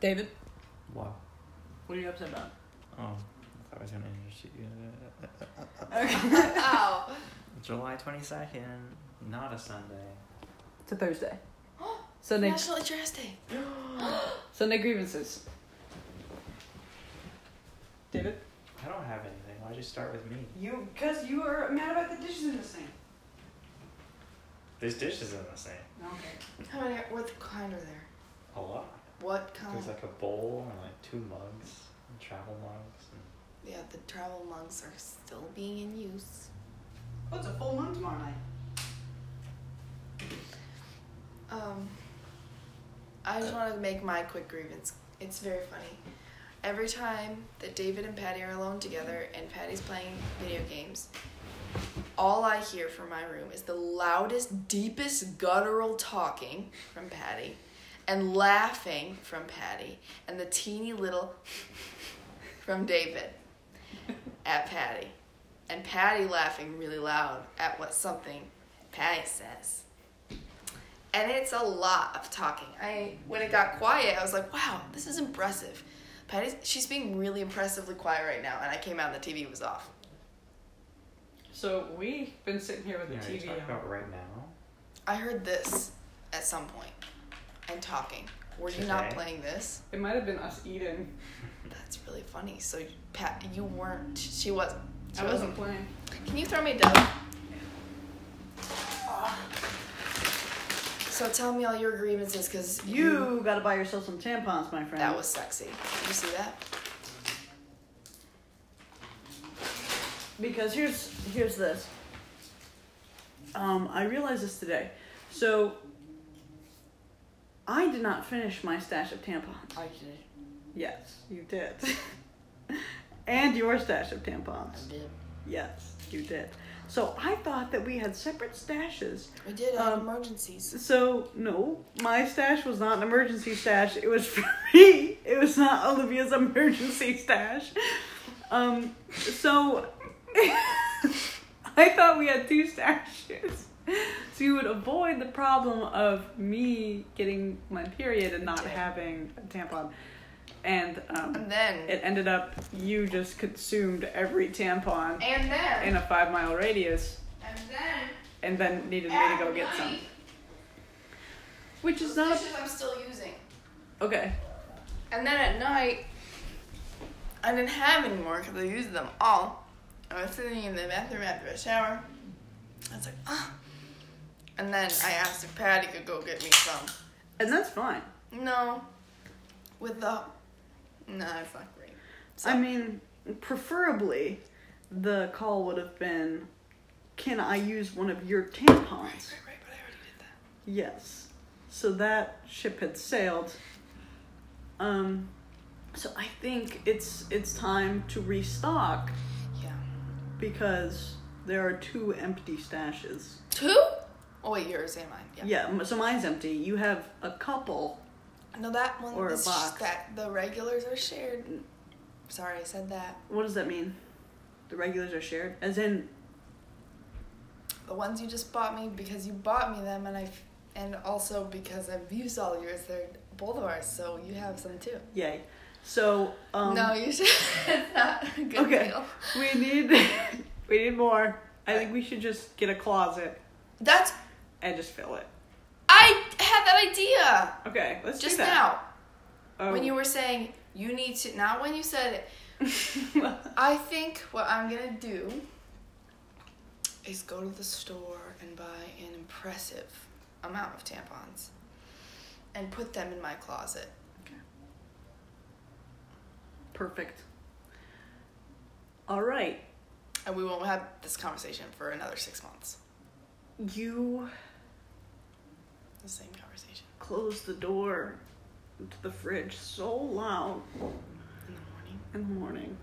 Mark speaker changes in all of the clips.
Speaker 1: David,
Speaker 2: What?
Speaker 1: what are you upset about?
Speaker 2: Oh, I thought I was gonna interest you.
Speaker 3: Ow.
Speaker 2: Uh, July twenty second, not a Sunday.
Speaker 1: It's a Thursday. Sunday,
Speaker 3: National Address Day.
Speaker 1: Sunday grievances. David,
Speaker 2: I don't have anything. Why'd you start with me?
Speaker 1: you because you are mad about the dishes in the sink.
Speaker 2: There's dishes in the sink.
Speaker 1: Okay.
Speaker 3: How many? What kind are there?
Speaker 2: A lot.
Speaker 3: What kind?
Speaker 2: There's like a bowl and like two mugs, and travel mugs. And
Speaker 3: yeah, the travel mugs are still being in use.
Speaker 1: Well, it's a full moon tomorrow night.
Speaker 3: Um, I just want to make my quick grievance. It's very funny. Every time that David and Patty are alone together and Patty's playing video games, all I hear from my room is the loudest, deepest guttural talking from Patty and laughing from Patty and the teeny little from David at Patty. And Patty laughing really loud at what something Patty says and it's a lot of talking. I when it got quiet, I was like, "Wow, this is impressive." Patty's she's being really impressively quiet right now, and I came out and the TV was off.
Speaker 1: So we've been sitting here with
Speaker 2: you know,
Speaker 1: the
Speaker 2: you
Speaker 1: TV
Speaker 2: talk
Speaker 1: on.
Speaker 2: about right now.
Speaker 3: I heard this at some point and talking. Were you not
Speaker 2: Today?
Speaker 3: playing this?
Speaker 1: It might have been us eating.
Speaker 3: That's really funny. So Pat, you weren't. She was. She
Speaker 1: I wasn't playing.
Speaker 3: Can you throw me a dove? So tell me all your grievances, cause you
Speaker 4: You gotta buy yourself some tampons, my friend.
Speaker 3: that was sexy. Did you see that?
Speaker 4: because here's here's this. Um, I realized this today. So I did not finish my stash of tampons.
Speaker 3: I did.
Speaker 4: Yes, you did. and your stash of tampons.
Speaker 3: I did.
Speaker 4: Yes, you did. So I thought that we had separate stashes.
Speaker 3: We did. I had
Speaker 4: Um,
Speaker 3: emergencies.
Speaker 4: So no, my stash was not an emergency stash. It was for me. It was not Olivia's emergency stash. Um, so I thought we had two stashes. So you would avoid the problem of me getting my period and not
Speaker 3: Did.
Speaker 4: having a tampon. And um,
Speaker 3: And then
Speaker 4: it ended up you just consumed every tampon
Speaker 3: And then
Speaker 4: in a five mile radius
Speaker 3: and then
Speaker 4: and then needed me to go get some. Which is not
Speaker 3: dishes I'm still using.
Speaker 4: okay.
Speaker 3: And then at night I didn't have any more because I used them all. I was sitting in the bathroom after a shower. I was like, ah. And then I asked if Patty could go get me some.
Speaker 4: And that's fine.
Speaker 3: No. With the no, it's not great. So,
Speaker 4: I mean, preferably, the call would have been, "Can I use one of your
Speaker 3: right, right,
Speaker 4: tampons?"
Speaker 3: right, but I already did that.
Speaker 4: Yes. So that ship had sailed. Um, so I think it's it's time to restock
Speaker 3: Yeah.
Speaker 4: because there are two empty stashes.
Speaker 3: Two? Oh wait, yours and mine. Yeah.
Speaker 4: Yeah. m so mine's empty. You have a couple.
Speaker 3: No, that one
Speaker 4: Or a
Speaker 3: is sh-
Speaker 4: box.
Speaker 3: that the regulars are shared. Sorry, I said that.
Speaker 4: What does that mean? The regulars are shared, as in
Speaker 3: The ones you just bought me because you bought me them, and I, have and also because I've used all yours. They're both of ours, so you have some too.
Speaker 4: yay. So um,
Speaker 3: no, you should. it's not a good
Speaker 4: Okay.
Speaker 3: deal.
Speaker 4: We need we need more. I think we should just get a closet
Speaker 3: That's
Speaker 4: and just fill it.
Speaker 3: I had that idea
Speaker 4: Okay, let's
Speaker 3: just
Speaker 4: do that.
Speaker 3: now
Speaker 4: Oh.
Speaker 3: when you were saying you need to. Not when you said it. I think what I'm gonna do is go to the store and buy an impressive amount of tampons and put them in my closet.
Speaker 4: Perfect. All right.
Speaker 3: And we won't have this conversation for another six months.
Speaker 4: You
Speaker 3: The same conversation
Speaker 4: close the door to the fridge so loud
Speaker 3: in the morning.
Speaker 4: in the morning.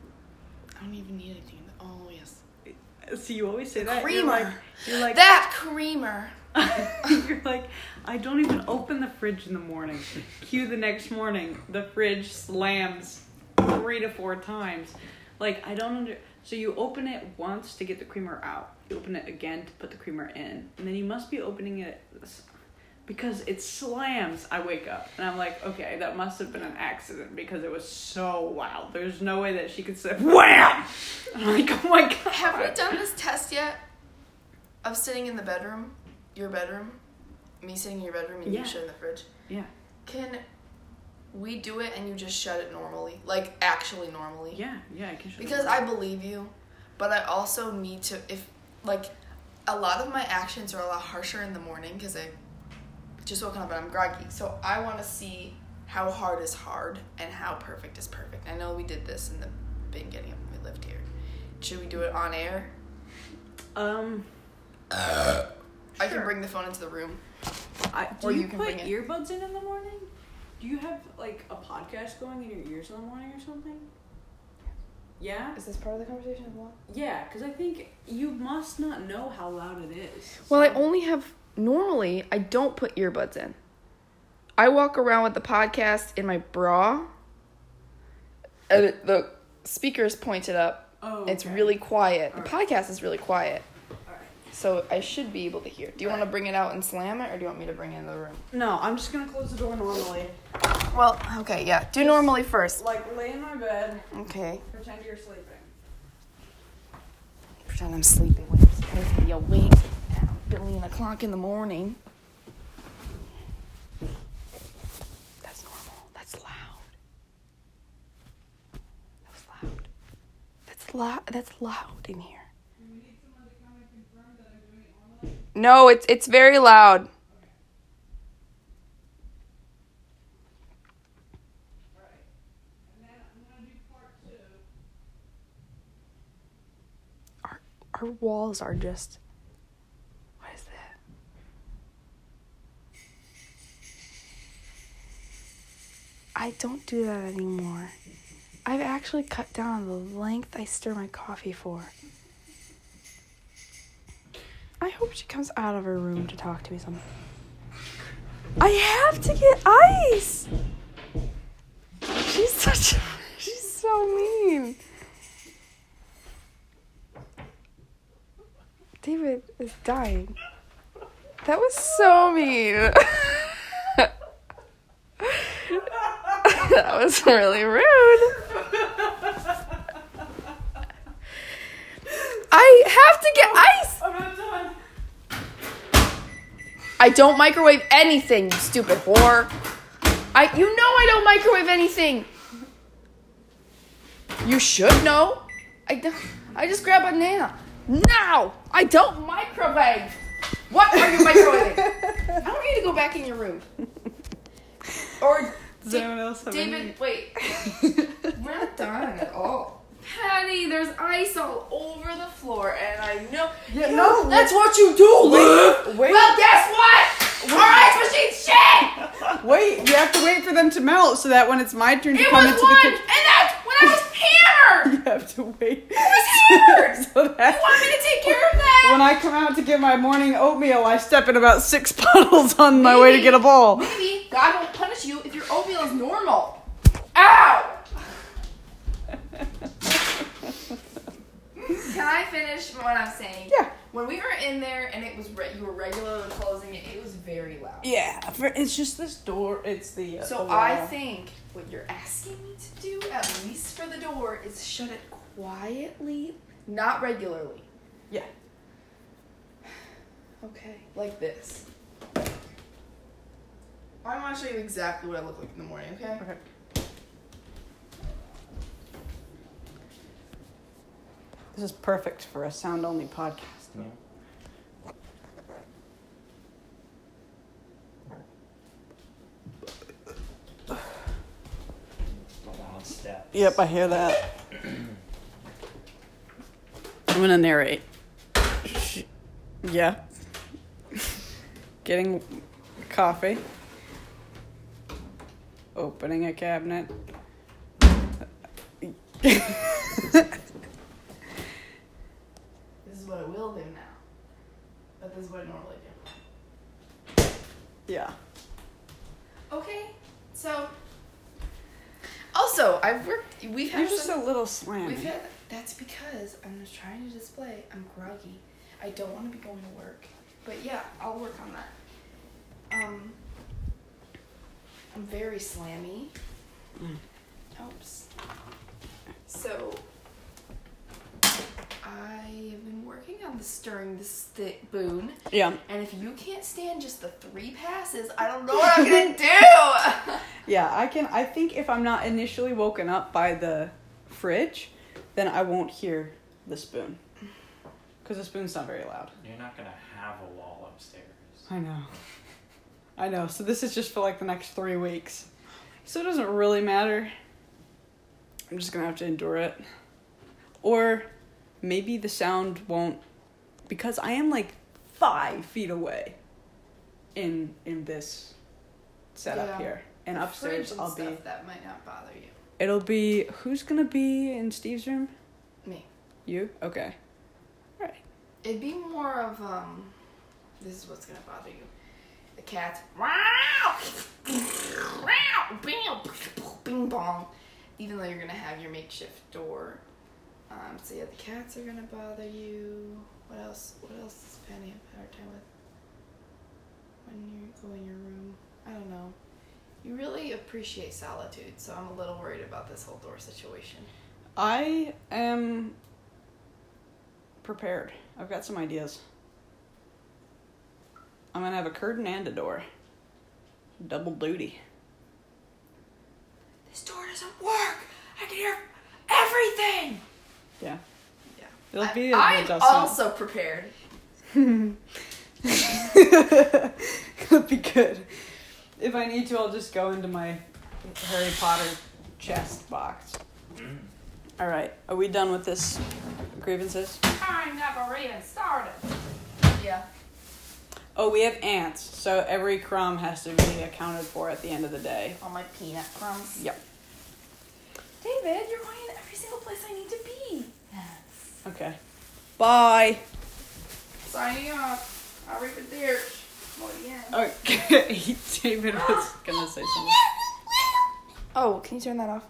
Speaker 3: I don't even need anything. in the- Oh, yes.
Speaker 4: See, you always say that.
Speaker 3: creamer.
Speaker 4: You're like,
Speaker 3: That creamer.
Speaker 4: you're like, you're like, I don't even open the fridge in the morning. Cue the next morning, the fridge slams three to four times. Like I don't under. So you open it once to get the creamer out. You open it again to put the creamer in, and then you must be opening it. because it slams, I wake up and I'm like, okay, that must have been an accident because it was so loud. There's no way that she could say wham. I'm like, oh my god.
Speaker 3: Have we done this test yet? Of sitting in the bedroom, your bedroom, me sitting in your bedroom, and
Speaker 4: Yeah.
Speaker 3: you shut in the fridge.
Speaker 4: Yeah.
Speaker 3: Can we do it and you just shut it normally, like actually normally?
Speaker 4: Yeah, yeah, I can. show you.
Speaker 3: Because I believe you, but I also need to if like a lot of my actions are a lot harsher in the morning because I just woken up and I'm groggy. So I want to see how hard is hard and how perfect is perfect. I know we did this in the beginning of when we lived here. Should we do it on air?
Speaker 4: Um,
Speaker 3: I can
Speaker 4: Sure.
Speaker 3: bring the phone into the room.
Speaker 4: I, do
Speaker 3: Or
Speaker 4: you,
Speaker 3: you can
Speaker 4: put
Speaker 3: bring it.
Speaker 4: earbuds in in the morning? Do you have like a podcast going in your ears in the morning or something? Yeah,
Speaker 3: Is this part of the conversation? What?
Speaker 4: yeah, because I think you must not know how loud it is.
Speaker 3: Well, I
Speaker 4: so-
Speaker 3: only have normally I don't put earbuds in. I walk around with the podcast in my bra, and it, the speaker is pointed up.
Speaker 4: Oh,
Speaker 3: It's
Speaker 4: okay.
Speaker 3: really quiet. The
Speaker 4: Alright.
Speaker 3: podcast is really quiet,
Speaker 4: Alright.
Speaker 3: so I should be able to hear. Do you want to bring it out and slam it, or do you want me to bring it in the room?
Speaker 4: No, I'm just gonna close the door normally.
Speaker 3: Well, okay, yeah. Do normally first.
Speaker 4: Like lay in my bed,
Speaker 3: Okay.
Speaker 4: pretend you're sleeping.
Speaker 3: Pretend I'm sleeping when I'm supposed to be awake at a billion o'clock in the morning. That's normal. That's loud. That was loud. That's loud. That's loud in here. No, it's it's very loud. Our our walls are just. What is that? I don't do that anymore. I've actually cut down on the length I stir my coffee for. I hope she comes out of her room to talk to me sometime. I have to get ice. She's such. She's so mean. David is dying. That was so mean. that was really rude. I have to get ice.
Speaker 4: Oh, I'm not done.
Speaker 3: I don't microwave anything, you stupid whore. I you know I don't microwave anything. You should know. I don't- I just grab a banana. No, I don't microwave. What are you microwaving? I don't need to go back in your room. Or
Speaker 4: Does anyone else have
Speaker 3: David, wait. We're not done at all. Patty, there's ice all over the floor, and I know.
Speaker 4: Yeah,
Speaker 3: You-
Speaker 4: no,
Speaker 3: that's what you do, Liv.
Speaker 4: wait.
Speaker 3: Well, guess what? Our ice machine's shit.
Speaker 4: any- Wait, you have to wait for them to melt so that when it's my turn to
Speaker 3: It
Speaker 4: come
Speaker 3: was
Speaker 4: into
Speaker 3: one,
Speaker 4: the
Speaker 3: and
Speaker 4: kitchen,
Speaker 3: that's when I was here.
Speaker 4: you have to wait.
Speaker 3: I was here.
Speaker 4: so that
Speaker 3: You want me to take care of that?
Speaker 4: when I come out to get my morning oatmeal, I step in about six puddles on my way to get a ball.
Speaker 3: Maybe God won't punish you if your oatmeal is normal. Ow! Mm, Can I finish what I'm saying?
Speaker 4: Yeah.
Speaker 3: When we were in there and it was re- you were regularly closing it, it was very loud.
Speaker 4: Yeah, for, it's just this door. It's the uh,
Speaker 3: So
Speaker 4: the
Speaker 3: I
Speaker 4: wall.
Speaker 3: think what you're asking me to do, at least for the door, is shut it quietly, not regularly.
Speaker 4: Yeah.
Speaker 3: Okay. Like this. I want to show you exactly what I look like in the morning, okay?
Speaker 4: Okay. This is perfect for a sound only podcast.
Speaker 2: Yeah. The loud steps.
Speaker 4: Yep, I hear that. I'm gonna narrate. Yeah. Getting coffee. Opening a cabinet.
Speaker 3: This is what I will do now. But this is what I normally do.
Speaker 4: yeah.
Speaker 3: Okay, so. Also, I've worked. We've
Speaker 4: You're
Speaker 3: had
Speaker 4: just
Speaker 3: some.
Speaker 4: a little
Speaker 3: we've
Speaker 4: slammy.
Speaker 3: had. That's because I'm just trying to display I'm groggy. I don't want to be going to work. But yeah, I'll work on that. Um, I'm very slammy.
Speaker 4: Mm.
Speaker 3: Oops. So, I have been working on the stirring the stick boon,
Speaker 4: Yeah.
Speaker 3: and if you can't stand just the three passes, I don't know what I'm gonna do.
Speaker 4: Yeah, I can. I think if I'm not initially woken up by the fridge, then I won't hear the spoon. Because the spoon's not very loud.
Speaker 2: You're not gonna have a wall upstairs.
Speaker 4: I know. I know. So this is just for like the next three weeks. So it doesn't really matter. I'm just gonna have to endure it. Or maybe the sound won't because I am like five feet away in in this setup
Speaker 3: Yeah.
Speaker 4: here. And
Speaker 3: Fridge
Speaker 4: upstairs
Speaker 3: and
Speaker 4: I'll
Speaker 3: stuff
Speaker 4: be
Speaker 3: that might not bother you.
Speaker 4: it'll be who's gonna be in Steve's room?
Speaker 3: Me.
Speaker 4: You? Okay.
Speaker 3: It'd be more of um. This is what's gonna bother you. The cats. Wow. Wow. Bing. Bing bong. Even though you're gonna have your makeshift door. Um. So yeah, the cats are gonna bother you. What else? What else is Penny have a hard time with? When you go in your room. I don't know. You really appreciate solitude, so I'm a little worried about this whole door situation.
Speaker 4: I am prepared. I've got some ideas. I'm gonna have a curtain and a door. Double duty.
Speaker 3: This door doesn't work. I can hear everything.
Speaker 4: Yeah.
Speaker 3: Yeah.
Speaker 4: It'll
Speaker 3: I-
Speaker 4: be an
Speaker 3: I'm
Speaker 4: adjustment.
Speaker 3: also prepared.
Speaker 4: That'd be good. If I need to, I'll just go into my Harry Potter chest box. All right. Are we done with this grievances?
Speaker 3: I never even started. Yeah.
Speaker 4: Oh, we have ants, so every crumb has to be accounted for at the end of the day.
Speaker 3: All my peanut crumbs.
Speaker 4: Yep.
Speaker 3: David, you're going in every single place I need to be. Yes.
Speaker 4: Okay. Bye.
Speaker 3: Signing off. Arrivederci. Muy bien.
Speaker 4: Okay. David was gonna say something.
Speaker 3: Oh, can you turn that off?